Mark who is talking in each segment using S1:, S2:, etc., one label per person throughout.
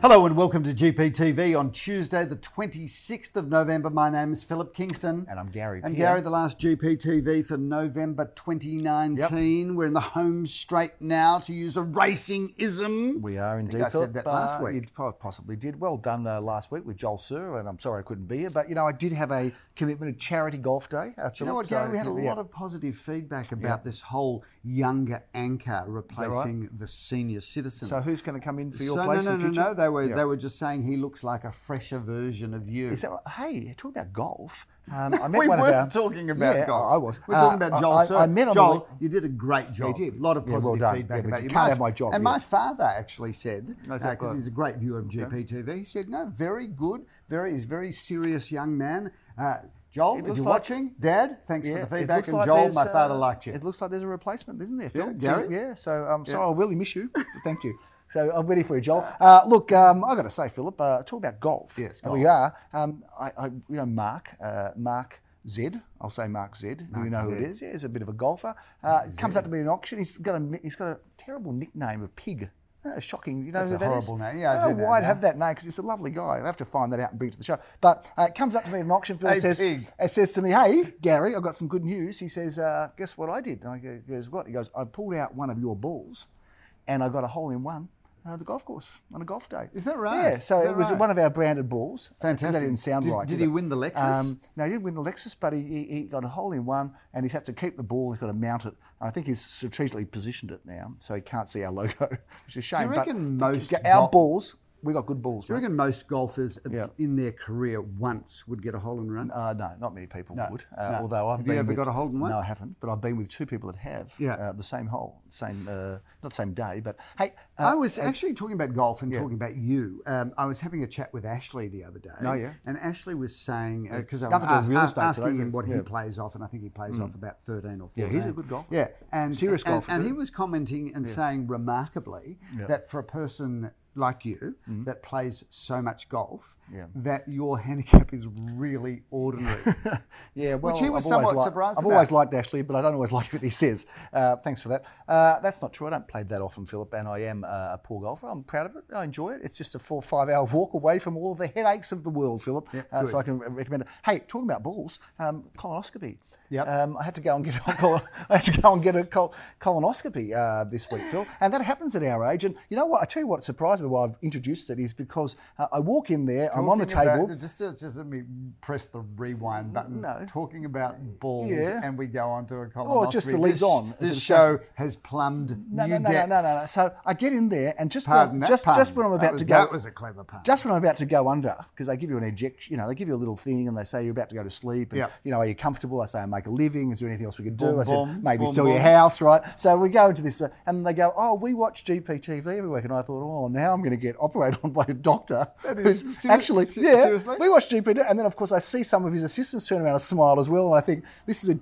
S1: Hello and welcome to GPTV on Tuesday, the 26th of November. My name is Philip Kingston.
S2: And I'm Gary
S1: And
S2: Peer.
S1: Gary, the last GPTV for November 2019. We're in the home straight now, to use a racing ism.
S2: We are indeed.
S1: I said
S2: Philip,
S1: that last
S2: uh,
S1: week.
S2: You po- possibly did. Well done uh, last week with Joel Sir, and I'm sorry I couldn't be here, but you know I did have a commitment to charity golf day. Uh,
S1: Do you know what, Gary? We had a lot of positive feedback about this whole younger anchor replacing the senior citizen.
S2: So who's going to come in for your
S1: So,
S2: place
S1: no, no,
S2: in
S1: no,
S2: future?
S1: no. They were
S2: Yeah.
S1: they were just saying he looks like a fresher version of you.
S2: Is that right? Hey, talk about golf. Um, I met
S1: we
S2: one
S1: weren't
S2: of our,
S1: talking about
S2: yeah,
S1: golf.
S2: I was.
S1: We're
S2: Uh,
S1: talking about Joel.
S2: I,
S1: sir.
S2: I, I met on the
S1: Joel.
S2: week-
S1: you did a great job.
S2: Yeah, you did.
S1: A lot of
S2: Yeah, well
S1: positive
S2: done.
S1: feedback
S2: Yeah, but
S1: about
S2: you
S1: you.
S2: can't have my job,
S1: And
S2: yeah.
S1: my father actually said
S2: is
S1: because
S2: that right?
S1: he's a great viewer of GPTV. He said, "No, very good. Very, he's a very serious young man." Uh, Joel, if
S2: looks
S1: you're
S2: like-
S1: watching, Dad, thanks
S2: Yeah,
S1: for
S2: it
S1: the feedback.
S2: looks
S1: And
S2: like
S1: Joel,
S2: there's,
S1: my father
S2: uh,
S1: liked you.
S2: It looks like there's a replacement, isn't there, Phil?
S1: Yeah, Gary?
S2: So, yeah. So I'm sorry, I really miss you. Thank you. So I'm ready for you, Joel. Uh, look, um, I got to say, Philip, uh, talk about golf.
S1: Yes,
S2: And we are. Um, I, I, you know, Mark, uh, Mark Zed. I'll say Mark Zed. you know who it
S1: Zed.
S2: is. Yeah, he's a bit of a golfer. Uh, comes up to me in auction. He's got a ni- he's got a terrible nickname of Pig. Uh, shocking. You know
S1: That's
S2: who
S1: a
S2: that is? Uh,
S1: horrible name. Yeah, I
S2: I don't
S1: do
S2: know
S1: know
S2: why I'd
S1: now.
S2: have that name because he's a lovely guy. I have to find that out and bring it to the show. But uh, it comes up to me in an auction. Phil
S1: Hey,
S2: says,
S1: Pig.
S2: it says to me, "Hey, Gary, I've got some good news." He says, uh, "Guess what I did?" And I go, goes, "What?" He goes, "I pulled out one of your balls, and I got a hole in one." Uh, the golf course on a golf day.
S1: Is that right?
S2: Yeah. So
S1: Is
S2: it
S1: that
S2: was
S1: right?
S2: one of our branded balls.
S1: Fantastic.
S2: That didn't sound
S1: Did-
S2: right.
S1: did
S2: Did,
S1: he
S2: it? Um,
S1: win the Lexus?
S2: no, he didn't win the Lexus, but he, he, he got a hole in one, and he's had to keep the ball. He's got to mount it. And I think he's strategically positioned it now, so he can't see our logo, which is a shame. but
S1: reckon most
S2: our
S1: gol-
S2: balls? We got good balls.
S1: Do you
S2: mate.
S1: reckon most golfers
S2: Yeah.
S1: in their career once would get a hole in run?
S2: Uh, no, not many people would. Uh,
S1: no.
S2: Although I've
S1: Have you
S2: been
S1: ever
S2: with-
S1: got a hold in one?
S2: No, I haven't. But I've been with two people that have.
S1: Yeah.
S2: Uh, the same hole, same uh, not same day, but hey, uh,
S1: I was actually talking about golf and talking about you. Um, I was having a chat with Ashley the other day.
S2: Oh, yeah.
S1: And Ashley was saying because I'm
S2: Nothing to do with
S1: ask-
S2: real estate
S1: asking
S2: today, is
S1: him
S2: it?
S1: what he
S2: Yeah. Mm.
S1: plays off, and I think he plays off about thirteen or
S2: Yeah,
S1: fourteen.
S2: he's a good golfer.
S1: Yeah, and
S2: Serious
S1: and,
S2: golfer,
S1: And he
S2: too.
S1: was commenting and saying remarkably that for a person like you that plays so much golf,
S2: Mm. Yeah.
S1: that your handicap is really ordinary.
S2: yeah, well,
S1: he was
S2: I've always
S1: somewhat
S2: liked-
S1: surprised
S2: I've always
S1: about.
S2: liked Ashley, but I don't always like what he says. Uh, thanks for that. Uh, that's not true. I don't play that often, Philip, and I am uh, a poor golfer. I'm proud of it. I enjoy it. It's just a four five hour walk away from all the headaches of the world, Philip. uh, so I can re- recommend it. Hey, talking about balls, um, colonoscopy.
S1: Yep.
S2: Um, I had to go and get a col- I had to go and get a col- colonoscopy uh, this week, Phil, and that happens at our age. And you know what? I tell you what surprised me why I've introduced it is because uh, I walk in there, I'm on the
S1: Talking about-
S2: table. Mm,
S1: just, just, just let me press the rewind button.
S2: No. Mm,
S1: Talking about balls,
S2: Yeah.
S1: and we go on to a colonoscopy.
S2: Or just the leads
S1: this,
S2: on as a
S1: This
S2: discussion.
S1: show has plumbed
S2: No,
S1: new
S2: no, no, no,
S1: depths.
S2: no, no, no. So I get in there, and just
S1: Pardon
S2: when,
S1: that
S2: just
S1: pun.
S2: just when I'm
S1: That
S2: about
S1: was-
S2: to go,
S1: that was a clever pun.
S2: Just when I'm about to go under, because they give you an ejection, you know, they give you a little thing, and they say you're about to go to sleep, and
S1: Yep.
S2: you know, are you comfortable? I say I make a living. Is there anything else we could do?
S1: Boom,
S2: I said
S1: boom,
S2: maybe
S1: boom,
S2: sell your
S1: boom.
S2: house, right? So we go into this, and they go, oh, we watch GPTV every week, and I thought, oh, now I'm going to get operated on by a doctor
S1: That
S2: who's
S1: is- seri-
S2: actually,
S1: se-
S2: yeah,
S1: seriously?
S2: we watch GPTV, and then of course I see some of his assistants turn around and smile as well, and I think this is a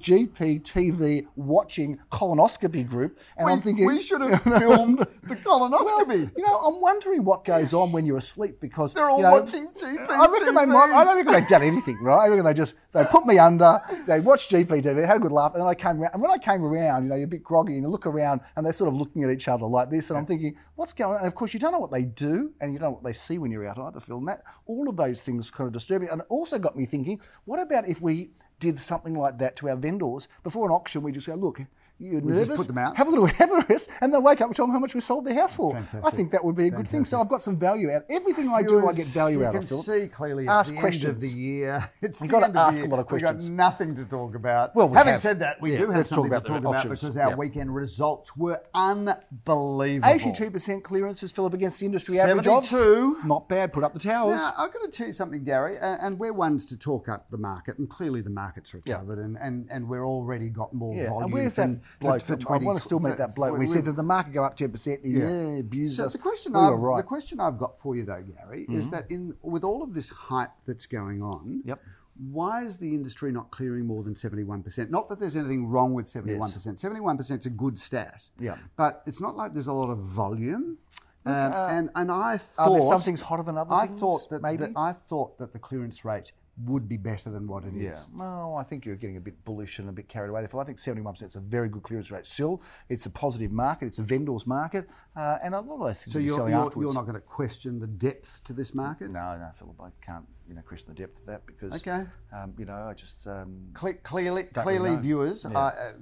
S2: GPTV watching colonoscopy group, and
S1: We,
S2: I'm thinking
S1: we should have filmed the colonoscopy.
S2: you know, I'm wondering what goes on when you're asleep because
S1: They're all
S2: you know,
S1: watching GPTV.
S2: I reckon they might. I don't reckon they've done anything, right? I reckon they just they put me under. They watched GPTV, had a good laugh, and then I came around. And when I came around, you know, you're a bit groggy, and you look around, and they're sort of looking at each other like this, and I'm thinking, what's going on? And of course, you don't know what they do, and you don't know what they see when you're out either, Phil. And that all of those things kind of disturb me, and it also got me thinking, what about if we did something like that to our vendors before an auction? We just go, look. You're
S1: just
S2: nervous.
S1: put them out.
S2: Have a little have a rest, and they wake up. We tell them how much we sold their house for. I
S1: Fantastic.
S2: think that would be a good thing. So I've got some value out. Everything I do, I
S1: Viewers,
S2: get value
S1: you
S2: out
S1: can
S2: of. Philip.
S1: see clearly it's
S2: Ask
S1: the end of
S2: questions.
S1: the year. It's
S2: We've
S1: the
S2: got to
S1: end of the
S2: ask a
S1: year.
S2: lot of questions.
S1: We've got nothing to talk about.
S2: Well, we
S1: having
S2: have.
S1: said that, we
S2: Yeah,
S1: do have
S2: let's talk
S1: something
S2: about
S1: to talk
S2: the
S1: about
S2: options.
S1: because our
S2: Yeah.
S1: weekend results were unbelievable.
S2: Eighty-two percent clearance is Philip against the industry average of
S1: 72.
S2: Not bad. Put up the towers.
S1: Now, I've got to tell you something, Gary, a- and, we're ones to talk up the market, and clearly the market's recovered, and, and, and we're already got more
S2: Yeah,
S1: volume.
S2: and where's
S1: than
S2: that
S1: for-
S2: bloke?
S1: for
S2: Philip? I
S1: 20
S2: want to still meet
S1: for-
S2: that bloke.
S1: for-
S2: We, said, did the market go up ten percent? Yeah, yeah abused
S1: so
S2: us.
S1: the question
S2: we
S1: I've,
S2: were right. Mm-hmm.
S1: the question I've got for you though, Gary, is that in with all of this hype that's going on,
S2: Yep.
S1: why is the industry not clearing more than seventy one percent? Not that there's anything wrong with seventy one percent. Seventy one percent is a good stat.
S2: Yeah.
S1: But it's not like there's a lot of volume.
S2: uh,
S1: Um, and and I thought
S2: Are there some things hotter than other
S1: I
S2: things,
S1: thought that
S2: maybe?
S1: that- I thought that the clearance rate would be better than what it is.
S2: Yeah. Well, I think you're getting a bit bullish and a bit carried away. Therefore, I think 71% is a very good clearance rate still. It's a positive market. It's a vendor's market. Uh, and a lot of those things
S1: So
S2: will be
S1: you're,
S2: selling
S1: you're,
S2: afterwards.
S1: you're not going to question the depth to this market?
S2: No, no, Philip, I can't, you know, question the depth of that because,
S1: Okay.
S2: um, you know, I just, um,
S1: Cle- clearly,
S2: really
S1: clearly,
S2: know.
S1: viewers, uh, uh,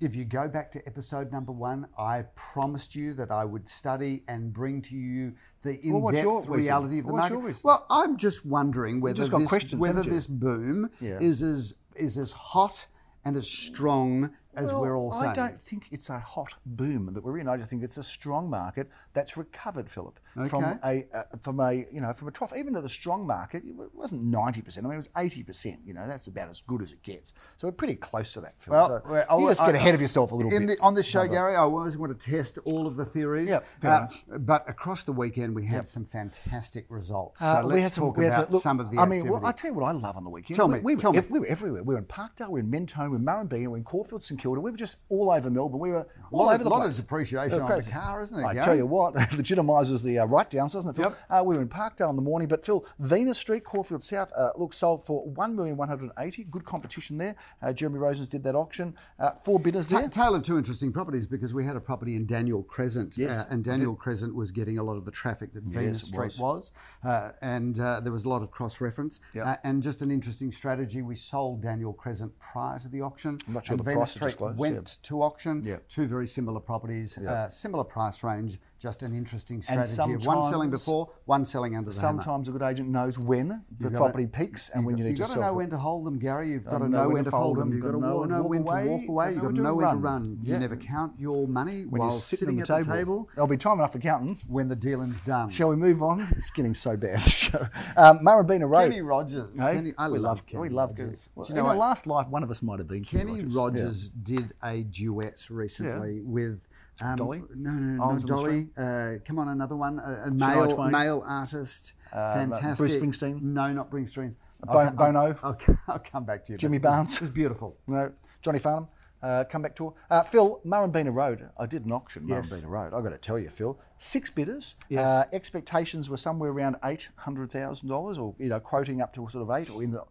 S1: if you go back to episode number one, I promised you that I would study and bring to you the in-depth
S2: what's your reason?
S1: reality of the
S2: What's
S1: market.
S2: your reason?
S1: well, I'm just wondering whether
S2: just got
S1: this,
S2: questions,
S1: whether
S2: haven't you?
S1: this boom
S2: Yeah.
S1: is as is as hot and as strong as
S2: Well,
S1: we're all saying.
S2: I don't think it's a hot boom that we're in. I just think it's a strong market that's recovered, Philip, from a uh, from a you know from a trough. Even though the strong market it wa- wasn't ninety percent. I mean, it was eighty percent. You know, that's about as good as it gets. So we're pretty close to that, Philip.
S1: Well,
S2: so
S1: well, I
S2: you
S1: wa-
S2: just get
S1: I-
S2: ahead of yourself a little
S1: In
S2: bit.
S1: the, on this show, Gary, I always want to test all of the theories.
S2: Yeah, fair
S1: Uh, but across the weekend, we had some fantastic results. So
S2: Uh,
S1: let's talk
S2: we had
S1: about
S2: look,
S1: some of the
S2: I
S1: activity.
S2: mean, well, I tell you what I love on the weekend.
S1: Tell
S2: we,
S1: me,
S2: we were,
S1: tell me.
S2: ev- we were everywhere. We were in Parkdale, we were in Mentone, we were in Marrabeen, we were in Caulfield, St Kilda. We were just all over Melbourne. We were all
S1: lot
S2: over
S1: of-
S2: the
S1: lot of
S2: place.
S1: depreciation
S2: It was
S1: on the
S2: crazy.
S1: car, isn't it,
S2: I
S1: Gary?
S2: tell you what, it legitimises the uh, write downs, doesn't it? Phil?
S1: Yep.
S2: Uh, we were in Parkdale in the morning, but Phil, Venus Street, Caulfield South, uh, look sold for one million one hundred eighty. Good competition there. Uh, Jeremy Rosen's did that auction. Uh, four bidders
S1: Ta-
S2: there.
S1: Tale of two interesting properties because we had a property in Daniel Crescent, uh, and Daniel Crescent was getting a lot of the traffic that Venus
S2: it
S1: Street was, uh, and uh, there was a lot of cross reference. Uh, and just an interesting strategy, we sold Daniel Crescent prior to the auction. I'm
S2: not sure
S1: and
S2: the
S1: Venus
S2: price is
S1: Street
S2: disclosed,
S1: went
S2: yeah.
S1: to auction.
S2: Yeah.
S1: Two very similar properties, uh, similar price range, just an interesting strategy. of one
S2: sometimes-
S1: selling before, one selling under the hammer.
S2: Sometimes a good agent knows when the property peaks and when you need
S1: You've
S2: to
S1: got to
S2: sell.
S1: know
S2: for it.
S1: when to hold them, Gary. You've got to know when to fold them. You've got to
S2: know when to
S1: know
S2: walk
S1: when to
S2: away,
S1: walk
S2: you've
S1: away.
S2: got
S1: You've got to know when to run. You
S2: Yeah.
S1: never count your money
S2: When
S1: while
S2: you're sitting,
S1: sitting
S2: at
S1: at the table
S2: There'll be time enough for counting.
S1: when the dealing's done.
S2: Shall we move on? It's getting so bad. um, Marabina Road.
S1: Kenny Rogers.
S2: Hey,
S1: Kenny- I
S2: we
S1: love
S2: love
S1: Kenny
S2: we love
S1: Rogers.
S2: Kenny. Well,
S1: Do you know
S2: in
S1: what?
S2: our last life, one of us might have been Kenny,
S1: Kenny Rogers, did a duet recently with um,
S2: Dolly?
S1: No, no, no,
S2: Islands
S1: not
S2: on the
S1: Dolly. Uh, come on, another one. Uh, A, a male
S2: Twain?
S1: male artist. Fantastic.
S2: Springsteen?
S1: No, not Bruce Uh, Springsteen.
S2: Bon-
S1: I'll- I'll-
S2: Bono?
S1: I'll, c- I'll come back to you.
S2: Jimmy
S1: but it was-
S2: Barnes?
S1: It was beautiful.
S2: No, Johnny Farnham. Uh, comeback tour. Uh, Phil, Murrumbina Road. I did an auction,
S1: Yes.
S2: Murrumbina Road. I've got to tell you, Phil. Six bidders.
S1: Yes.
S2: Uh, expectations were somewhere around $800,000 or, you know, quoting up to sort of eight or in the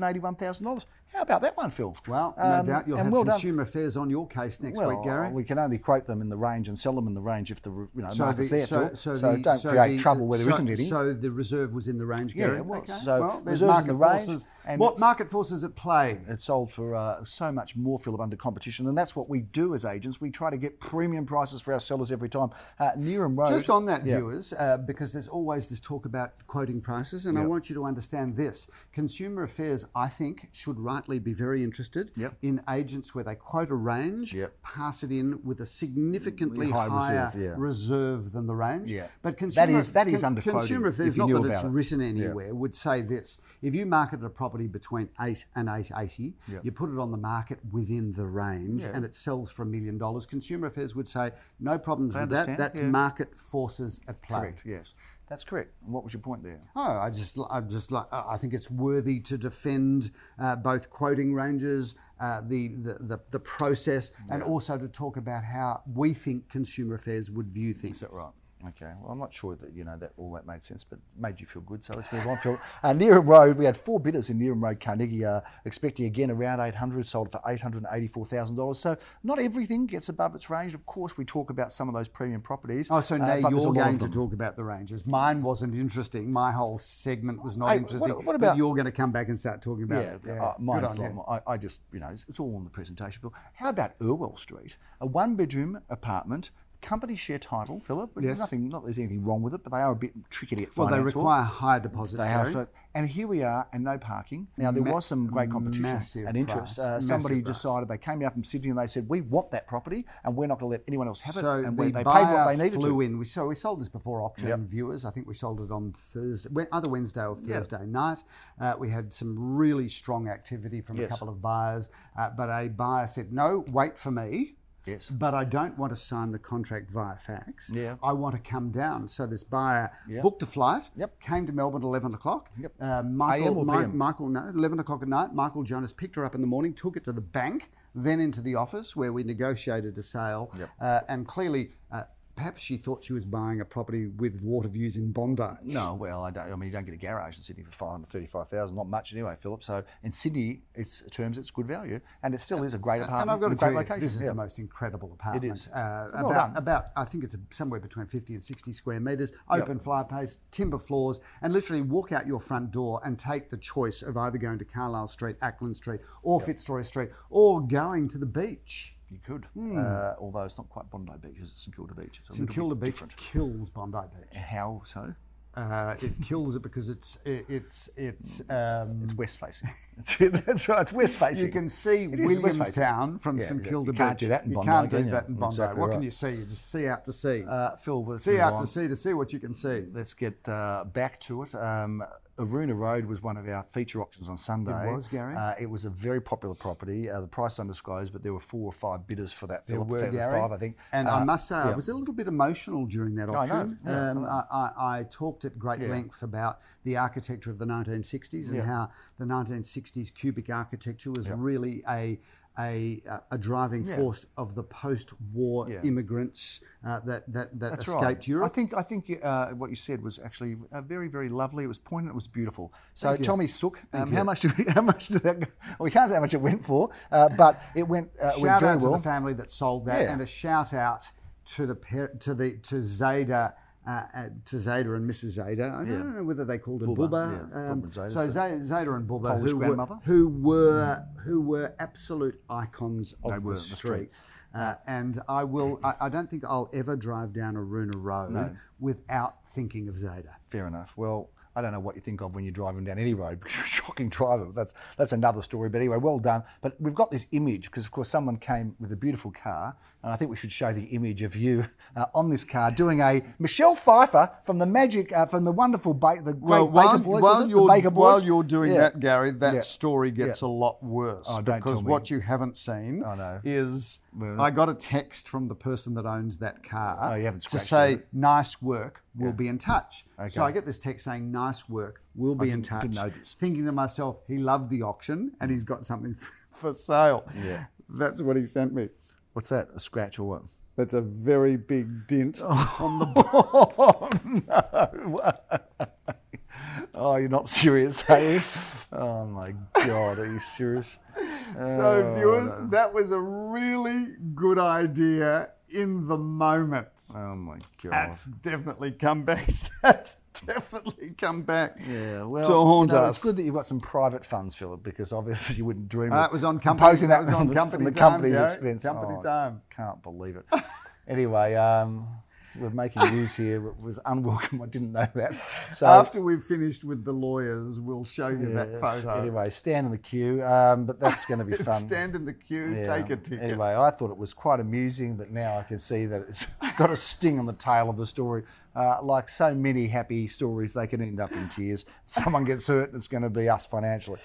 S2: $981,000. How about that one, Phil?
S1: Well, no
S2: Um,
S1: doubt you'll
S2: and
S1: have
S2: well done. uh,
S1: consumer affairs on your case next week, Gary.
S2: we can only quote them in the range and sell them in the range if the you know
S1: So
S2: market's
S1: the-
S2: there.
S1: so-
S2: Phil.
S1: so
S2: So,
S1: the-
S2: don't
S1: so
S2: create
S1: the-
S2: trouble where there
S1: so-
S2: isn't any.
S1: So the reserve was in the range, Gary.
S2: it was.
S1: Okay.
S2: So
S1: well, there's
S2: reserve's
S1: market
S2: in the range
S1: forces.
S2: and
S1: what
S2: it's-
S1: market forces at play?
S2: it sold for uh, so much more, Philip, under competition, and that's what we do as agents. We try to get premium prices for our sellers every time. Uh, near and road.
S1: Just on that,
S2: Yeah.
S1: viewers, uh, because there's always this talk about quoting prices, and I want you to understand this. Consumer Affairs, I think, should rightly be very interested
S2: Yep.
S1: in agents where they quote a range,
S2: Yep.
S1: pass it in with a significantly
S2: High
S1: higher
S2: reserve, yeah.
S1: reserve than the range.
S2: Yeah.
S1: But
S2: That
S1: consumer,
S2: is- that is underquoting,
S1: Consumer
S2: if
S1: Affairs,
S2: you
S1: not
S2: knew
S1: that it's
S2: about it.
S1: written
S2: Yeah.
S1: anywhere, would say this. If you marketed a property between 8 and 880, you put it on the market within the range, and it sells for a million dollars, Consumer Affairs would say, no problems with that.
S2: understand,
S1: That's
S2: yeah.
S1: market forces at play.
S2: correct. Yes, that's correct. And what was your point there?
S1: Oh, I just, I just like, I think it's worthy to defend uh, both quoting ranges, uh, the, the, the the process, and also to talk about how we think consumer affairs would view things.
S2: Is that right? Okay. Well, I'm not sure that you know that all that made sense, but made you feel good. So let's move on. Phil. Uh, Nearham Road. We had four bidders in Nearham Road, Carnegie, uh, expecting again around 800, sold for 884 thousand dollars. So not everything gets above its range. Of course, we talk about some of those premium properties.
S1: Oh, so
S2: uh,
S1: now
S2: but there's a
S1: you're
S2: lot of
S1: going to
S2: them.
S1: talk about the ranges. Mine wasn't interesting. My whole segment was not
S2: Hey, what-
S1: interesting.
S2: what
S1: but
S2: about-
S1: you're going to come back and start talking about
S2: Yeah,
S1: it?
S2: Uh, mine's
S1: Oh, Good
S2: a
S1: on
S2: lot
S1: you.
S2: more. I, I just, you know, it's, it's all on the presentation. Bill. How about Irwell Street? A one bedroom apartment, company share title, Philip.
S1: Yes.
S2: Nothing, not that there's anything wrong with it, but they are a bit tricky to get
S1: Well, they
S2: finance for.
S1: require higher deposits.
S2: They have
S1: Gary.
S2: so- and here we are, and no parking. Now there was some great competition
S1: massive
S2: and interest.
S1: price,
S2: Uh,
S1: massive
S2: somebody
S1: price.
S2: decided they came out from Sydney and they said, "We want that property, and we're not going to let anyone else have it."
S1: So
S2: and
S1: the
S2: we, they paid
S1: buyer
S2: what they needed
S1: flew
S2: to.
S1: in. We so we sold this before auction viewers. I think we sold it on Thursday, we- either Wednesday or Thursday night. Uh, we had some really strong activity from a couple of buyers, uh, but a buyer said, "No, wait for me."
S2: Yes.
S1: But I don't want to sign the contract via fax.
S2: Yeah.
S1: I want to come down. So this buyer booked a flight.
S2: Yep.
S1: Came to Melbourne at eleven o'clock.
S2: Yep.
S1: Uh, Michael,
S2: AM or
S1: Mi-
S2: PM?
S1: Michael, no, eleven o'clock at night. Michael Jonas picked her up in the morning, took it to the bank, then into the office where we negotiated a sale. Uh, and clearly, uh, Perhaps she thought she was buying a property with water views in Bondi.
S2: No, well, I, don't, I mean, you don't get a garage in Sydney for five hundred thirty-five thousand. Not much anyway, Philip. So in Sydney, it's terms, it's good value, and it still is a great apartment.
S1: And I've got to
S2: in a great
S1: tell you,
S2: location.
S1: Um, this is
S2: yeah.
S1: the most incredible apartment.
S2: is.
S1: Uh,
S2: Well
S1: about,
S2: done.
S1: about, I think it's somewhere between 50 and 60 square metres, open fireplace, timber floors, and literally walk out your front door and take the choice of either going to Carlisle Street, Ackland Street, or Fitzroy Street, or going to the beach.
S2: You could, uh, although it's not quite Bondi Beach, it's St Kilda Beach. It's a
S1: Hmm. St
S2: little
S1: Kilda
S2: bit
S1: Beach
S2: different.
S1: kills Bondi Beach.
S2: How so?
S1: Uh, it kills it because it's it, it's it's um,
S2: It's west facing. That's right. It's west facing.
S1: you can see
S2: It is west-facing.
S1: Williamstown from
S2: Yeah,
S1: St
S2: yeah.
S1: Kilda
S2: You can't
S1: Beach.
S2: do that in Bondi,
S1: You can't do
S2: can you?
S1: that in Bondi.
S2: Exactly
S1: what can
S2: right.
S1: you see? You just see out to sea.
S2: uh, Phil, with
S1: see out to sea to see what you can see.
S2: Let's get uh, back to it. Um, Aruna Road was one of our feature auctions on Sunday.
S1: It was, Gary.
S2: Uh, it was a very popular property. Uh, the price undisclosed, but there were four or five bidders for that. Philip,
S1: were,
S2: There
S1: Gary.
S2: five, I think.
S1: And
S2: Uh,
S1: I must say, I
S2: yeah.
S1: was a little bit emotional during that auction.
S2: know, yeah,
S1: um, I, I, I talked at great length about the architecture of the 1960s and how the 1960s cubic architecture was really a a, a driving force of the post-war immigrants uh, that that, that
S2: That's
S1: escaped
S2: right.
S1: Europe.
S2: I think I think uh, what you said was actually uh, very very lovely. It was poignant. It was beautiful. So tell me, Sook, um, how much did we, how much did that? Go? Well, we can't say how much it went for, uh, but it went uh, it went
S1: shout
S2: very
S1: out
S2: well.
S1: to the family that sold that,
S2: Yeah.
S1: and a shout out to the par- to the to Zeta. Uh, uh, to Zeta and Mrs. Zeta. I don't know whether they called her Bubba.
S2: yeah.
S1: Um,
S2: Bubba and Zeta,
S1: so Zeta, Zeta and Bubba,
S2: Polish
S1: who
S2: grandmother?
S1: were who were who were absolute icons of
S2: were,
S1: the
S2: that's true.
S1: street. Uh, and I will. I, I don't think I'll ever drive down Aruna Road without thinking of Zeta.
S2: Fair enough. Well, I don't know what you think of when you're driving down any road because you're a shocking driver. but That's that's another story. But anyway, well done. But we've got this image because, of course, someone came with a beautiful car, and I think we should show the image of you uh, on this car doing a Michelle Pfeiffer from the magic uh, from the wonderful ba- the great Baker Boys. was it? The
S1: you're,
S2: Baker Boys?
S1: while you're doing
S2: Yeah.
S1: that, Gary, that
S2: Yeah.
S1: story gets a lot worse
S2: Oh, don't
S1: because
S2: tell me.
S1: what you haven't seen
S2: I know.
S1: is
S2: Well-
S1: I got a text from the person that owns that car
S2: Oh, you haven't
S1: to
S2: scratched
S1: say,
S2: it,
S1: nice work, we'll be in touch.
S2: Okay.
S1: So I get this text saying, nice work, we'll be in touch.
S2: didn't know this.
S1: Thinking to myself, he loved the auction and he's got something for sale.
S2: Yeah.
S1: That's what he sent me.
S2: What's that? A scratch or what?
S1: That's a very big dent on the
S2: Oh no! oh, you're not serious, are you? Oh my God, are you serious? Oh,
S1: So, viewers, that was a really good idea in the moment.
S2: Oh my God.
S1: That's definitely come back. That's definitely come back
S2: Yeah, well,
S1: to haunt
S2: you know,
S1: us.
S2: it's good that you've got some private funds, Philip, because obviously you wouldn't dream.
S1: Uh,
S2: of
S1: it was on company-
S2: imposing
S1: that was on
S2: the- the,
S1: company
S2: the
S1: time,
S2: company's
S1: Gary.
S2: expense.
S1: Company
S2: Oh, I
S1: time.
S2: Can't believe it. anyway, um, we're making news here. It was unwelcome. I didn't know that. So
S1: After we've finished with the lawyers, we'll show you that
S2: yes,
S1: photo.
S2: Anyway, stand in the queue. Um, but that's going to be fun.
S1: Stand in the queue,
S2: Yeah.
S1: take a ticket.
S2: Anyway, I thought it was quite amusing, but now I can see that it's got a sting on the tail of the story. Uh, like so many happy stories, they can end up in tears. Someone gets hurt, and it's going to be us financially.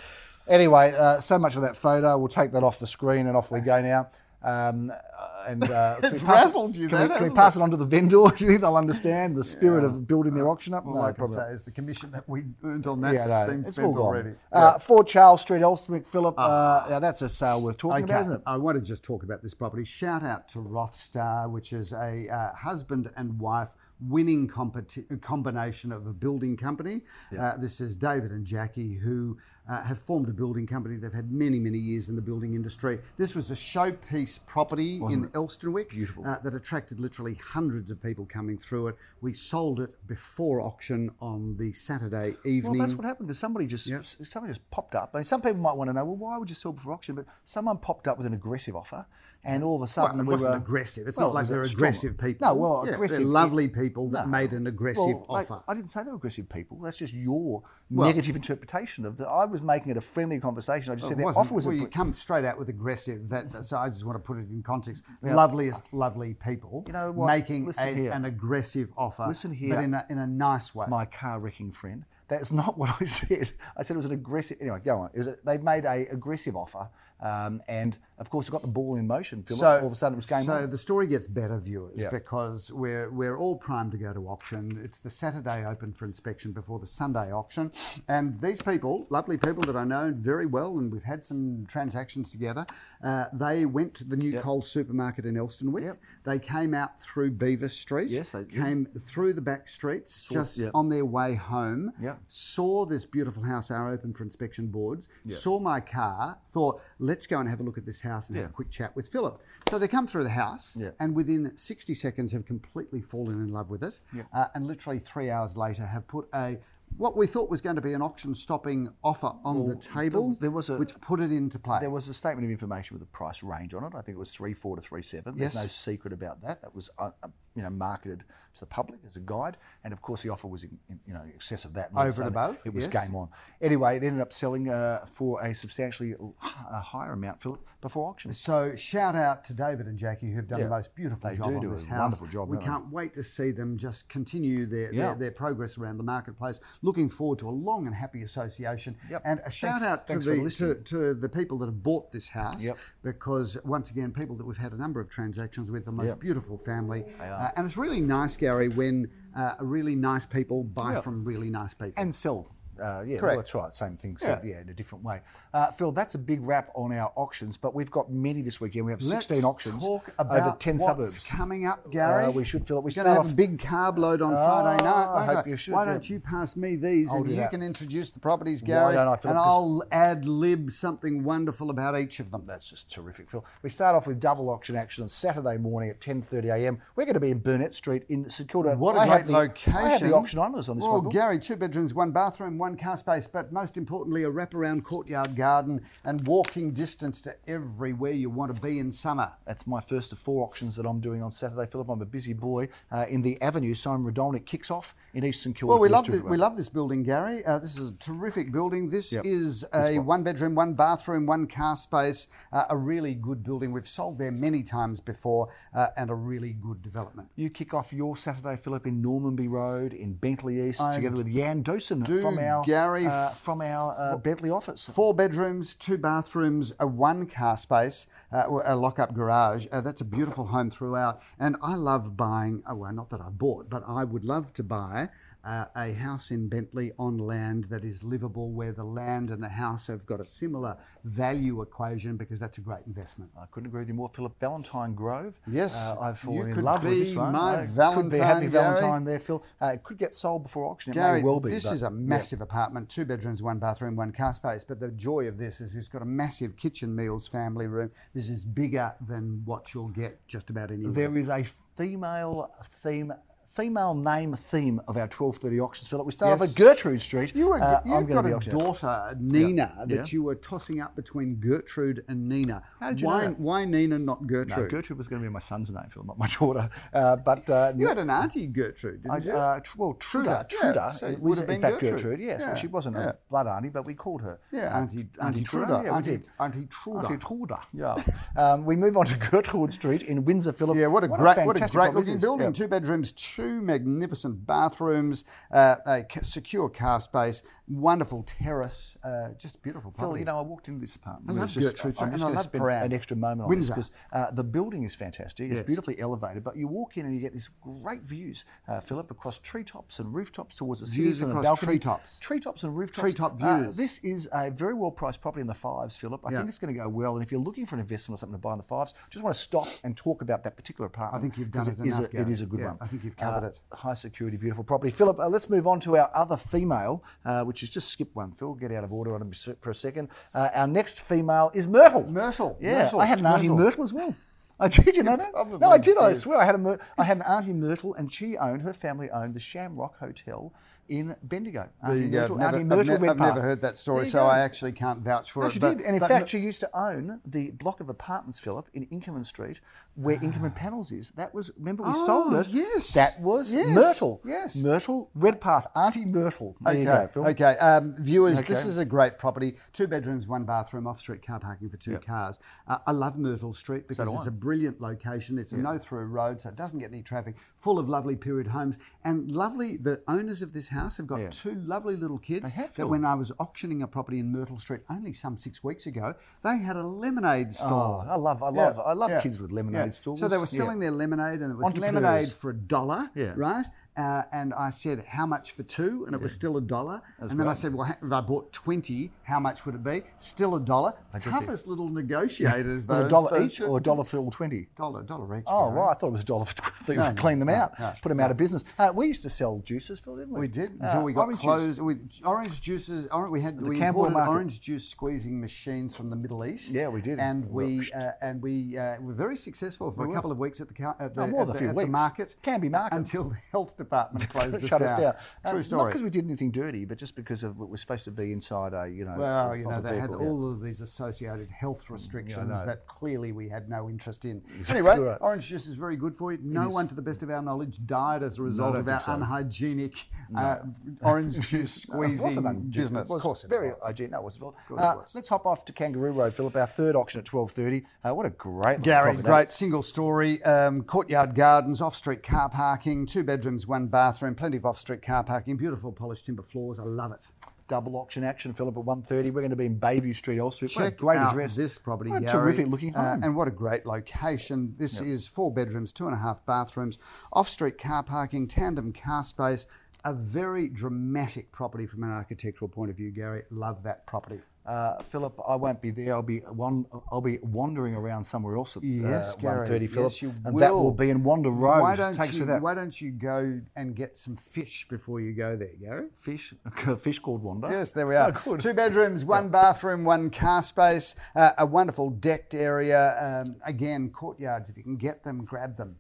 S2: Anyway, uh, so much of that photo. We'll take that off the screen, and off we go now. Um, uh, and uh, can
S1: It's
S2: we pass-
S1: rattled you,
S2: Can,
S1: that,
S2: we, can we
S1: hasn't
S2: pass it on to the vendor? Do you think they'll understand the spirit of building
S1: Uh,
S2: their auction up?
S1: All I can
S2: probably not.
S1: say is the commission that we earned on that
S2: Yeah,
S1: has
S2: no,
S1: been
S2: it's all
S1: spent
S2: gone.
S1: already. Oh.
S2: Uh, For Charles Street, Elster McPhillip. Uh, yeah, that's a sale worth talking about,
S1: Okay,
S2: isn't it?
S1: I want to just talk about this property. Shout out to Rothstar, which is a uh, husband and wife winning competi- combination of a building company. Uh, this is David and Jackie, who uh, have formed a building company. They've had many, many years in the building industry. This was a showpiece property in Elstonwick uh, that attracted literally hundreds of people coming through it. We sold it before auction on the Saturday evening.
S2: Well, that's what happened. Because somebody just somebody just popped up. I mean, some people might want to know, well, why would you sell before auction? But someone popped up with an aggressive offer, and all of a sudden
S1: Well, it
S2: we
S1: wasn't
S2: were
S1: aggressive. It's
S2: Well,
S1: not
S2: it
S1: like
S2: was
S1: they're
S2: a strong-
S1: aggressive people.
S2: No, well,
S1: Yeah,
S2: aggressive.
S1: They're lovely people that made an aggressive
S2: Well, like,
S1: offer.
S2: I didn't say they were aggressive people. That's just your negative interpretation of that. I was making it a friendly conversation. I just said
S1: It
S2: their
S1: wasn't-
S2: offer was
S1: well,
S2: a
S1: you come straight out with aggressive. That, that- so I just want to put it in context. Loveliest, lovely people. You
S2: know what?
S1: Making
S2: Listen
S1: a-
S2: here.
S1: an aggressive offer.
S2: Listen here.
S1: but in a, in a nice way.
S2: my car wrecking friend. That's not what I said. I said it was an aggressive. Anyway, go on. It was a, they made a aggressive offer, um, and of course, it got the ball in motion. Philip. all of a sudden, it was game
S1: So
S2: on.
S1: the story gets better, viewers,
S2: Yeah.
S1: because we're we're all primed to go to auction. It's the Saturday open for inspection before the Sunday auction, and these people, lovely people that I know very well, and we've had some transactions together. Uh, they went to the new Coles supermarket in Elstonwick.
S2: Yep.
S1: They came out through Beaver Street.
S2: Yes, they did.
S1: came through the back streets, just
S2: yep.
S1: on their way home.
S2: Yep.
S1: Saw this beautiful house, our open for inspection boards. Saw my car. Thought, let's go and have a look at this house and have a
S2: Yeah.
S1: quick chat with Philip. So they come through the house
S2: Yeah.
S1: and within 60 seconds have completely fallen in love with it. Uh, and literally three hours later have put a what we thought was going to be an auction stopping offer on the table,
S2: there was a-
S1: which put it into play.
S2: There was a statement of information with a price range on it. I think it was three four to three seven. There's
S1: Yes.
S2: no secret about that. That was uh, uh, you know marketed to the public as a guide, and of course the offer was in, in, you know in excess of that.
S1: Over and
S2: So
S1: above,
S2: It was
S1: yes.
S2: game on. Anyway, it ended up selling uh, for a substantially l- a higher amount, Philip, before auction.
S1: So shout out to David and Jackie who've done
S2: Yeah.
S1: the most beautiful
S2: They
S1: job
S2: do
S1: on
S2: do
S1: this
S2: a
S1: house.
S2: wonderful job,
S1: we
S2: don't they?
S1: can't wait to see them just continue their,
S2: Yeah.
S1: their their progress around the marketplace. Looking forward to a long and happy association.
S2: Yep.
S1: And a shout
S2: Thanks-
S1: out to
S2: thanks for
S1: the to,
S2: listening.
S1: to the people that have bought this house
S2: Yep.
S1: because once again, people that we've had a number of transactions with, the most
S2: Yep.
S1: beautiful family, uh, and it's really nice, Gary, when uh, really nice people buy
S2: Yeah.
S1: from really nice people.
S2: and sell. Uh, yeah,
S1: Correct.
S2: well, that's right. Same thing said, yeah, in a different way. Uh, Phil, that's a big wrap on our auctions, but we've got many this weekend. We have 16
S1: Let's
S2: auctions
S1: talk about
S2: over 10
S1: what's
S2: suburbs.
S1: coming up, Gary.
S2: Uh, we should, Philip. We
S1: We're going to
S2: start
S1: have
S2: off- Ah,
S1: a big carb load on Friday night.
S2: I
S1: won't
S2: hope you should,
S1: Why
S2: yeah.
S1: don't you pass me these and
S2: do
S1: you
S2: that.
S1: can introduce the properties, Gary,
S2: don't I,
S1: and
S2: Philip? 'Cause-
S1: I'll ad lib something wonderful about each of them.
S2: That's just terrific, Phil. We start off with double auction action on Saturday morning at 10.30am. We're going to be in Burnett Street in St Kilda.
S1: What a
S2: I had
S1: great
S2: the,
S1: location!
S2: I had the auction honours on this
S1: Well,
S2: one, Phil.
S1: Gary, two bedrooms, one bathroom, one car space, but most importantly, a wraparound courtyard garden and walking distance to everywhere you want to be in summer.
S2: That's my first of four auctions that I'm doing on Saturday, Philip. I'm a busy boy. Uh, in the Avenue, Simon Radolnik kicks off in East St Kilda.
S1: Well, we
S2: for this
S1: love this,
S2: terrific
S1: we
S2: one.
S1: love this building, Gary. Uh, this is a terrific building. This
S2: Yep.
S1: is a one bedroom, one bathroom, one car space. Uh, a really good building. We've sold there many times before, uh, and a really good development.
S2: You kick off your Saturday, Philip, in Normanby Road in Bentley East, together with Jan Dosen
S1: do,
S2: from our
S1: Gary,
S2: uh, from our uh, Bentley office.
S1: Four bedrooms, two bathrooms, a one car space, uh, or a lock up garage. Uh, that's a beautiful home throughout. And I love buying, oh, well, not that I bought, but I would love to buy. Uh, a house in Bentley on land that is livable, where the land and the house have got a similar value equation because that's a great investment.
S2: I couldn't agree with you more, Philip. Valentine Grove.
S1: Yes,
S2: uh, I've fallen
S1: you
S2: in
S1: could
S2: love with
S1: be
S2: this one.
S1: my
S2: I could be a happy
S1: Valentine, Gary.
S2: Valentine there, Phil. Uh, it could get sold before auction. It
S1: Gary,
S2: may well be.
S1: this
S2: but-
S1: is a massive apartment, two bedrooms, one bathroom, one car space. But the joy of this is it's got a massive kitchen, meals, family room. This is bigger than what you'll get just about anywhere.
S2: There is a female theme, female name theme of our twelve thirty auctions, Philip. We start off
S1: Yes.
S2: at Gertrude Street.
S1: you were,
S2: Uh, I'm
S1: you've got
S2: gonna be
S1: a
S2: auctioning-
S1: daughter, uh, Nina, that
S2: Yeah.
S1: you were tossing up between Gertrude and Nina. How
S2: did you know
S1: why,
S2: that?
S1: why Nina, not
S2: No,
S1: Gertrude?
S2: Gertrude was going to be my son's name, Phil, not my daughter. Uh, but uh,
S1: you had an auntie, Gertrude, didn't
S2: I,
S1: you?
S2: uh, tr- well, Truda,
S1: Truda, yeah,
S2: Truda,
S1: so
S2: it
S1: it
S2: was
S1: would've
S2: in
S1: been
S2: fact Gertrude.
S1: Gertrude,
S2: yes.
S1: yeah,
S2: Well, she wasn't
S1: yeah.
S2: a blood auntie, but we called her
S1: yeah,
S2: Aunt-
S1: Auntie, auntie, Truda.
S2: yeah, we
S1: auntie,
S2: did.
S1: auntie Truda.
S2: Auntie Truda. Yeah. um, we move on to Gertrude Street in Windsor, Philip.
S1: Yeah, what a great, what a
S2: fantastic
S1: great
S2: property
S1: looking
S2: this is.
S1: building.
S2: Yeah.
S1: Two bedrooms, two magnificent bathrooms, uh, a c- secure car space, wonderful terrace, uh, just beautiful.
S2: Phil,
S1: property.
S2: you know, I walked into this apartment.
S1: I
S2: and
S1: love
S2: it's just,
S1: Gertrude
S2: I'm
S1: Street,
S2: just
S1: and I
S2: going to
S1: love
S2: spend
S1: Paran.
S2: an extra moment on
S1: Windsor.
S2: this because uh, the building is fantastic. It's
S1: Yes.
S2: beautifully elevated, but you walk in and you get these great views, uh, Philip, across treetops and rooftops towards the city
S1: Views
S2: from the
S1: across
S2: balcony.
S1: treetops.
S2: treetops and rooftops.
S1: Treetop
S2: Uh,
S1: views.
S2: this is a very well priced property in the fives, Philip. I think it's going to go well. And if you're looking for an investment or something to buy in the fives, just want to stop and talk about that particular apartment.
S1: I think you've done
S2: 'cause
S1: it
S2: is
S1: enough,
S2: a, It
S1: Gary.
S2: is a good
S1: Yeah,
S2: one.
S1: I think you've covered
S2: Uh,
S1: it.
S2: High security, beautiful property. Philip, uh, let's move on to our other female, uh, which is just skip one, Phil. Get out of order on him se- for a second. Uh, our next female is Myrtle.
S1: Myrtle,
S2: Yeah,
S1: Myrtle,
S2: I had an auntie
S1: Myrtle.
S2: Myrtle, as well. I did, you know that?
S1: probably
S2: No, I did. I
S1: did.
S2: swear, I had a Myr- I had an auntie Myrtle, and she owned her family owned the Shamrock Hotel in Bendigo.
S1: There
S2: Auntie
S1: you go. I've
S2: Myrtle,
S1: never,
S2: Auntie
S1: I've
S2: Myrtle
S1: ne-
S2: went
S1: I've never
S2: past.
S1: heard that story,
S2: There you
S1: so
S2: go.
S1: I actually can't vouch for
S2: No,
S1: it.
S2: she
S1: but-
S2: did. And in
S1: but
S2: fact, she used to own the block of apartments, Philip, in Inkerman Street, where Inkerman Panels is. That was, remember, we sold
S1: Oh,
S2: it.
S1: Ah. yes.
S2: That was
S1: Yes,
S2: Myrtle.
S1: yes.
S2: Myrtle Redpath, Auntie Myrtle. There
S1: Okay,
S2: you go, Phil.
S1: okay. Um, viewers, this
S2: Okay.
S1: is a great property. Two bedrooms, one bathroom, off street car parking for two cars. Uh, I love Myrtle Street because
S2: do
S1: it's
S2: I.
S1: a brilliant location. It's a no through road, so it doesn't get any traffic, full of lovely period homes. And lovely, the owners of this house have got
S2: Yeah.
S1: two lovely little kids
S2: They have
S1: that
S2: to.
S1: when I was auctioning a property in Myrtle Street only some six weeks ago, they had a lemonade
S2: Oh,
S1: stall.
S2: I love, I
S1: Yeah,
S2: love, I love
S1: yeah,
S2: kids with
S1: yeah.
S2: lemonade stools.
S1: So they were
S2: Yeah.
S1: selling their lemonade, and it was
S2: Entrepreneurs.
S1: lemonade for a dollar,
S2: Yeah.
S1: right? Uh, and I said, "How much for two? And it was still a dollar. And then I
S2: great.
S1: said, "Well, ha- if I bought twenty, how much would it be? Still a dollar." Toughest little negotiators,
S2: Was it
S1: those.
S2: a dollar
S1: those
S2: each
S1: two.
S2: or a dollar for all twenty.
S1: dollar, dollar each.
S2: Oh
S1: Barry.
S2: right, I thought it was a dollar for twenty.
S1: No,
S2: No,
S1: no,
S2: clean them
S1: no,
S2: out,
S1: no,
S2: put them out of business. Uh, we used to sell juices, Phil, didn't we?
S1: We did
S2: Uh,
S1: until we got
S2: orange juice.
S1: closed. We, orange juices. Or, we had we
S2: Canberra
S1: imported
S2: market.
S1: orange juice squeezing machines from the Middle East.
S2: Yeah, we did.
S1: And
S2: We
S1: we uh, and we uh, were very successful for a couple of weeks at the ca- at the,
S2: No, Oh, more
S1: at
S2: than a
S1: the,
S2: few
S1: at the
S2: weeks.
S1: market.
S2: Canberra market.
S1: until the health department closed us
S2: Shut us
S1: down.
S2: down. Uh,
S1: True
S2: Not
S1: story.
S2: because we did anything dirty, but just because of what we're supposed to be inside a, you know.
S1: Well,
S2: a
S1: you know,
S2: proper
S1: they had
S2: vehicle, yeah. Mm,
S1: all of these associated health restrictions
S2: know.
S1: that clearly we had no interest in.
S2: Exactly
S1: anyway,
S2: right.
S1: orange juice is very good for you. No one, to the best of our knowledge, died as a result
S2: don't
S1: of our
S2: think so.
S1: unhygienic uh, orange juice
S2: It wasn't
S1: squeezing
S2: unjust.
S1: business.
S2: It
S1: Of
S2: was
S1: course, it
S2: very
S1: was.
S2: hygienic. No, it was.
S1: course
S2: Uh,
S1: it was.
S2: Let's hop off to Kangaroo Road, Philip. Our third auction at twelve thirty. Uh, what a great, little
S1: Gary,
S2: property that
S1: great single story, um, courtyard gardens, off street car parking, two bedrooms, one bathroom, plenty of off street car parking, beautiful polished timber floors. I love it.
S2: double auction action, Philip, at 1.30. We're going to be in Bayview Street, Elstree. What a
S1: Check
S2: great
S1: out
S2: address.
S1: this property,
S2: What a
S1: Gary.
S2: terrific looking
S1: Uh,
S2: home.
S1: and what a great location. This is four bedrooms, two and a half bathrooms, off street car parking, tandem car space. A very dramatic property from an architectural point of view, Gary. Love that property.
S2: uh, Philip, I won't be there. I'll be one. I'll be wandering around somewhere else at
S1: Yes,
S2: uh,
S1: Gary.
S2: 1.30, Philip.
S1: Yes, you
S2: and that will
S1: will.
S2: be in Wander Road.
S1: Why don't,
S2: Takes
S1: you,
S2: for that.
S1: why don't you go and get some fish before you go there, Gary? Oh,
S2: Fish, fish called Wander.
S1: Yes, there we are. Two bedrooms, one bathroom, one car space, uh, a wonderful decked area. Um, again, courtyards, if you can get them, grab them.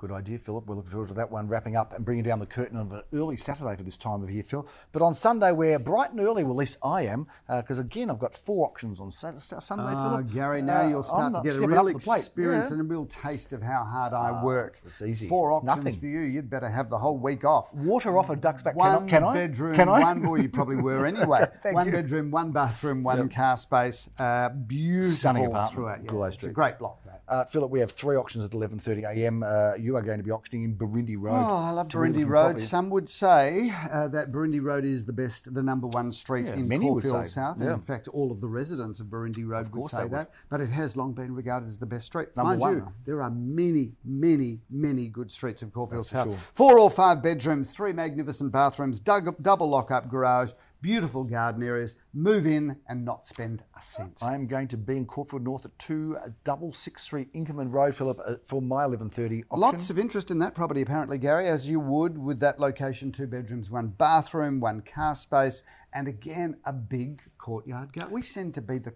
S2: Good idea, Philip. We're looking forward to that one wrapping up and bringing down the curtain on an early Saturday for this time of year, Phil. But on Sunday, we're bright and early, well, at least I am, because again, I've got four auctions on Sat- Sat- Sunday,
S1: Ah,
S2: Philip.
S1: Gary, now
S2: Uh,
S1: you'll
S2: I'm
S1: start to
S2: not
S1: get a
S2: stepping up
S1: real
S2: to the plate.
S1: experience
S2: Yeah.
S1: and
S2: Ah,
S1: a real taste of how hard I work.
S2: it's easy.
S1: Four
S2: It's
S1: options
S2: nothing.
S1: for you. You'd better have the whole week off.
S2: Water off a duck's back.
S1: One
S2: can I? Can I?
S1: bedroom,
S2: can I?
S1: one. Well, you probably were anyway.
S2: Thank
S1: one
S2: you.
S1: bedroom, one bathroom, one car space. Uh, beautiful
S2: apartment,
S1: throughout. Yeah,
S2: Goulay
S1: it's a
S2: Street.
S1: great block. That.
S2: Uh, Philip, we have three auctions at 11.30 a.m. Uh, you are going to be auctioning in Burindi Road.
S1: Oh, I love
S2: It's a really
S1: Burundi
S2: looking
S1: Road.
S2: property.
S1: Some would say uh, that Burundi Road is the best, the number one street
S2: Yeah,
S1: in
S2: many would
S1: Caulfield
S2: say.
S1: South. And
S2: Yeah.
S1: in fact, all of the residents of Burundi Road would
S2: course
S1: say
S2: they
S1: that.
S2: would.
S1: But it has long been regarded as the best street.
S2: Number
S1: Mind
S2: one,
S1: you,
S2: huh?
S1: there are many, many, many good streets of Caulfield
S2: for
S1: South.
S2: sure.
S1: Four or five bedrooms, three magnificent bathrooms, dug- double lock-up garage, beautiful garden areas. Move in and not spend a cent.
S2: I am going to be in Corfield North at uh, 2663 Inkerman Road, Philip, uh, for my 11.30 auction.
S1: Lots of interest in that property, apparently, Gary, as you would with that location two bedrooms, one bathroom, one car space, and again, a big courtyard garden. We seem to be the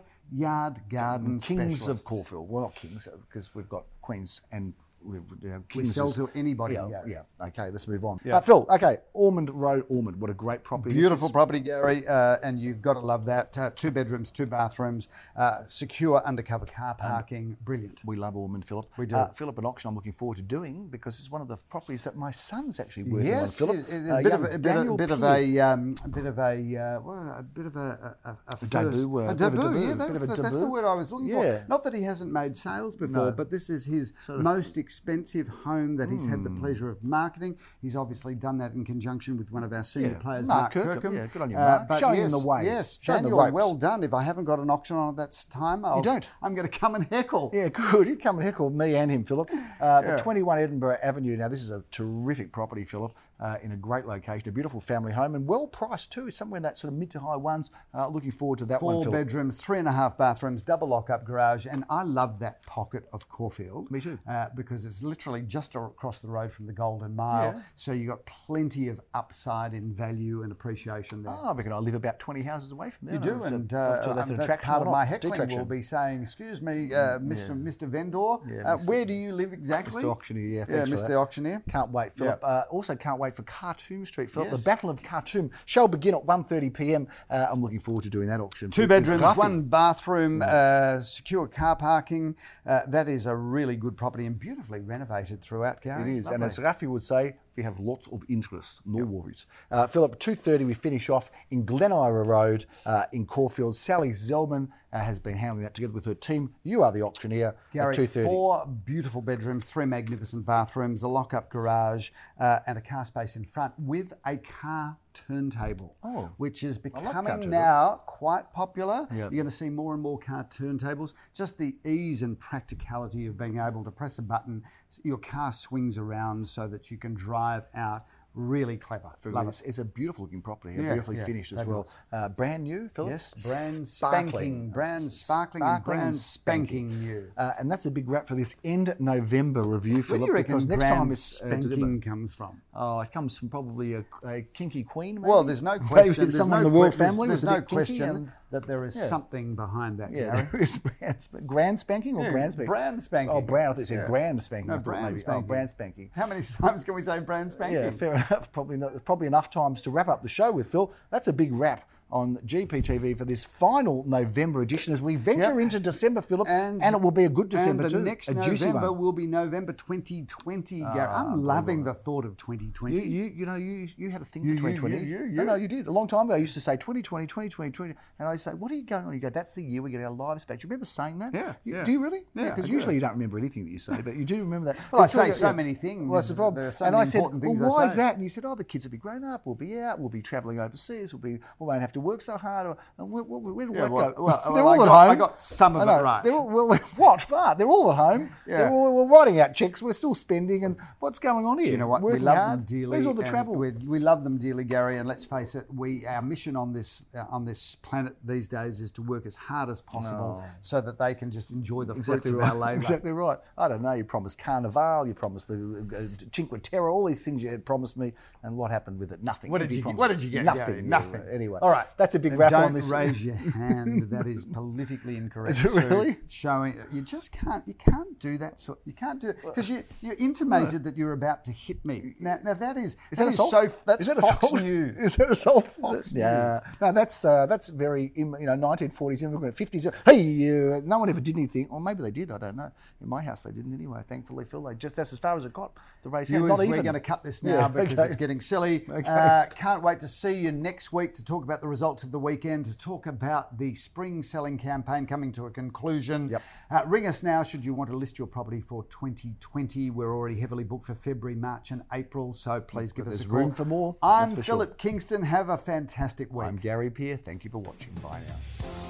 S1: courtyard garden
S2: Mm, Kings
S1: specialists.
S2: of Corfield. Well, not Kings, uh, because we've got Queens and we, you know,
S1: We
S2: Kings
S1: sell
S2: is-
S1: to anybody.
S2: Yeah,
S1: Gary.
S2: yeah. Okay, let's move on. Uh, Phil, okay, Ormond Road, Ormond. What a great property. this
S1: Beautiful
S2: is.
S1: property, Gary, uh, and you've got to love that. Uh, two bedrooms, two bathrooms, uh, secure undercover car parking. Brilliant.
S2: We love Ormond, Philip. We
S1: do.
S2: Uh, Philip, an auction I'm looking forward to doing because it's one of the properties that my son's actually working
S1: Yes,
S2: on,
S1: it-
S2: Philip.
S1: it- it's
S2: Uh,
S1: a bit of a- a
S2: young
S1: bit of-
S2: Daniel
S1: bit of
S2: Pearce.
S1: a um, a bit of a uh, well, a bit of a a, a, a first-
S2: debut,
S1: a
S2: uh, bit of a
S1: debut.
S2: debut,
S1: yeah,
S2: bit
S1: that's,
S2: of a
S1: the, that's the
S2: debut.
S1: word I was looking
S2: Yeah.
S1: for. Not that he hasn't made sales before,
S2: No.
S1: but this is his most expensive home that he's had
S2: Hmm.
S1: the pleasure of marketing. He's obviously done that in conjunction with one of our senior
S2: Yeah.
S1: players, Mark,
S2: Mark
S1: Kirkham. Uh,
S2: Kirkham. Yeah, good on you, Mark.
S1: but
S2: Show him
S1: yes,
S2: the way.
S1: Yes,
S2: Show him the
S1: Daniel,
S2: ropes.
S1: well done. If I haven't got an auction on at that time, I'll,
S2: don't.
S1: I'm going to come and heckle.
S2: Yeah, good. He'd come and heckle me and him, Philip. Uh, But 21 Edinburgh Avenue. Now, this is a terrific property, Philip, uh, in a great location, a beautiful family home, and well priced too, somewhere in that sort of mid to high ones. Uh, looking forward to that
S1: Four
S2: one, Philip.
S1: bedrooms, three and a half bathrooms, double lock-up garage, and I love that pocket of Caulfield.
S2: Me too.
S1: Uh, because it's literally just a- across the road from the Golden Mile,
S2: Yeah.
S1: so you got plenty of upside in value and appreciation there.
S2: Ah, I reckon I live about 20 houses away from there.
S1: You do,
S2: So-
S1: and
S2: so
S1: uh,
S2: that's, an
S1: um, that's
S2: attraction
S1: part
S2: or
S1: of
S2: not.
S1: my heckling
S2: Detraction.
S1: will be saying, "Excuse me, uh, Mr. Mr. Vendor,
S2: Yeah,
S1: uh,
S2: Mr.
S1: where do you live exactly?"
S2: Mr. Auctioneer, yeah,
S1: yeah,
S2: thanks for
S1: Mr.
S2: that.
S1: Auctioneer.
S2: Can't wait, Philip. Uh, also, can't wait for Khartoum Street, Philip.
S1: Yes.
S2: The Battle of Khartoum shall begin at 1.30 p.m. Uh, I'm looking forward to doing that auction.
S1: Two
S2: with
S1: bedrooms,
S2: Gaddafi.
S1: one bathroom, uh, secure car parking. Uh, that is a really good property and beautifully renovated throughout, Gary.
S2: It is, and
S1: Lovely.
S2: as Rafi would say, We have lots of interest, Norwal routes. Uh, Philip, 2.30 we finish off in Glen Ira Road uh, in Caulfield. Sally Zelman uh, has been handling that together with her team. You are the auctioneer
S1: Gary,
S2: at 2.30.
S1: four beautiful bedrooms, three magnificent bathrooms, a lock-up garage, uh, and a car space in front with a car turntable,
S2: Oh.
S1: which is
S2: car
S1: becoming
S2: turntable.
S1: now quite popular.
S2: Yep.
S1: You're going to see more and more car turntables. Just the ease and practicality of being able to press a button, s- your car swings around so that you can drive out. Really clever. Love
S2: It's,
S1: it.
S2: it's a beautiful looking property,
S1: Yeah,
S2: beautifully
S1: yeah,
S2: finished as well.
S1: fabulous.
S2: Uh, brand new, Philip?
S1: Yes, brand spanking, brand sparkling, and brand spanking new.
S2: Uh, and that's a big wrap for this end November review,
S1: Where
S2: Philip.
S1: do you reckon
S2: because next
S1: brand
S2: time it's uh, December.
S1: spanking comes from?
S2: Oh, it comes from probably a, a kinky queen. Maybe?
S1: Well, there's no question.
S2: Maybe
S1: there's
S2: someone
S1: no
S2: in the royal
S1: que- there's-
S2: family.
S1: There's,
S2: was a
S1: no
S2: bit kinky
S1: question
S2: and-
S1: that there is something behind that.
S2: yeah,
S1: Gary.
S2: there is brand, sp- grand spanking or brand spanking.
S1: brand spanking.
S2: Oh, brand. I thought you said
S1: Yeah.
S2: grand spanking.
S1: No,
S2: I thought
S1: brand
S2: maybe. Oh,
S1: spanking.
S2: brand spanking.
S1: How many times can we say brand spanking?
S2: Yeah, fair enough. Probably not. Probably enough times to wrap up the show with Phil. That's a big wrap on GPTV for this final November edition as we venture
S1: Yep.
S2: into December, Philip, and, it will be a good December
S1: and the
S2: too.
S1: next
S2: a juicy
S1: November
S2: one. Ah,
S1: will be November 2020. Gary. I'm loving the thought of 2020.
S2: You, you, you know, you, you had a thing
S1: You-
S2: for
S1: you-
S2: 2020.
S1: you- you-
S2: No,
S1: you.
S2: no, you did. A long time ago, I used to say 2020, 2020, 20, and I say, what are you going on? You go, that's the year we get our lives back. Do you remember saying that?
S1: Yeah,
S2: You-
S1: yeah.
S2: Do you really?
S1: Yeah, I
S2: Because
S1: do.
S2: usually you don't remember anything that you say, but you do remember that.
S1: Well, I
S2: It's really-
S1: say so
S2: yeah.
S1: many things.
S2: Well, that's the problem.
S1: There are so
S2: and
S1: many
S2: I said,
S1: important things
S2: well,
S1: I
S2: why is
S1: say."
S2: that? And you said, oh, the kids will be grown up. We'll be out. We'll be travelling overseas. We'll be. We won't have to work so hard. Or, and where, where, where did
S1: Yeah,
S2: that
S1: well-
S2: go?
S1: well,
S2: they're
S1: well, I
S2: all at
S1: got- I
S2: home.
S1: got some of
S2: know.
S1: it right.
S2: They're all, well, what? But they're all at home.
S1: Yeah.
S2: They're all- we're writing out checks. We're still spending. And what's going on here?
S1: You know what?
S2: Working
S1: we love
S2: hard.
S1: them dearly.
S2: Where's all the
S1: and
S2: travel?
S1: We, we love them dearly, Gary. And let's face it, we our mission on this uh, on this planet these days is to work as hard as possible so that they can just enjoy the
S2: Exactly
S1: fruits
S2: right.
S1: of our labour.
S2: Exactly right. I don't know. You promised Carnival. You promised the uh, Cinque Terre. All these things you had promised me, and what happened with it? Nothing.
S1: What did
S2: be
S1: you get-
S2: promised.
S1: what did you get,
S2: Nothing.
S1: Gary?
S2: yeah,
S1: Nothing.
S2: Anyway.
S1: All right.
S2: That's a big
S1: And
S2: wrap
S1: don't
S2: on this.
S1: raise your hand. that is politically incorrect.
S2: Is it
S1: Sue.
S2: really?
S1: Showing you just can't. You can't do that. sort. you can't do because you you intimated that you're about to hit me. Now, now that is
S2: Is that,
S1: is
S2: assault?
S1: so. That's
S2: is that
S1: Fox
S2: assault?
S1: News.
S2: Is that assault?
S1: Fox
S2: yeah. No, that's uh, that's very im- you know 1940s immigrant 50s. Hey, uh, no one ever did anything, or maybe they did. I don't know. In my house, they didn't anyway. Thankfully, Phil, they just that's as far as it got. The race.
S1: Viewers,
S2: not
S1: we're
S2: even.
S1: going to cut this now
S2: Yeah,
S1: because
S2: okay.
S1: it's getting silly. Uh, can't wait to see you next week to talk about the results of the weekend, to talk about the spring selling campaign coming to a conclusion.
S2: Yep.
S1: Uh, ring us now should you want to list your property for 2020. We're already heavily booked for February, March, and April, so please give us
S2: there's
S1: a call.
S2: room for more, that's
S1: I'm
S2: for sure.
S1: Philip Kingston. Have a fantastic week.
S2: I'm Gary Peer. Thank you for watching. Bye now.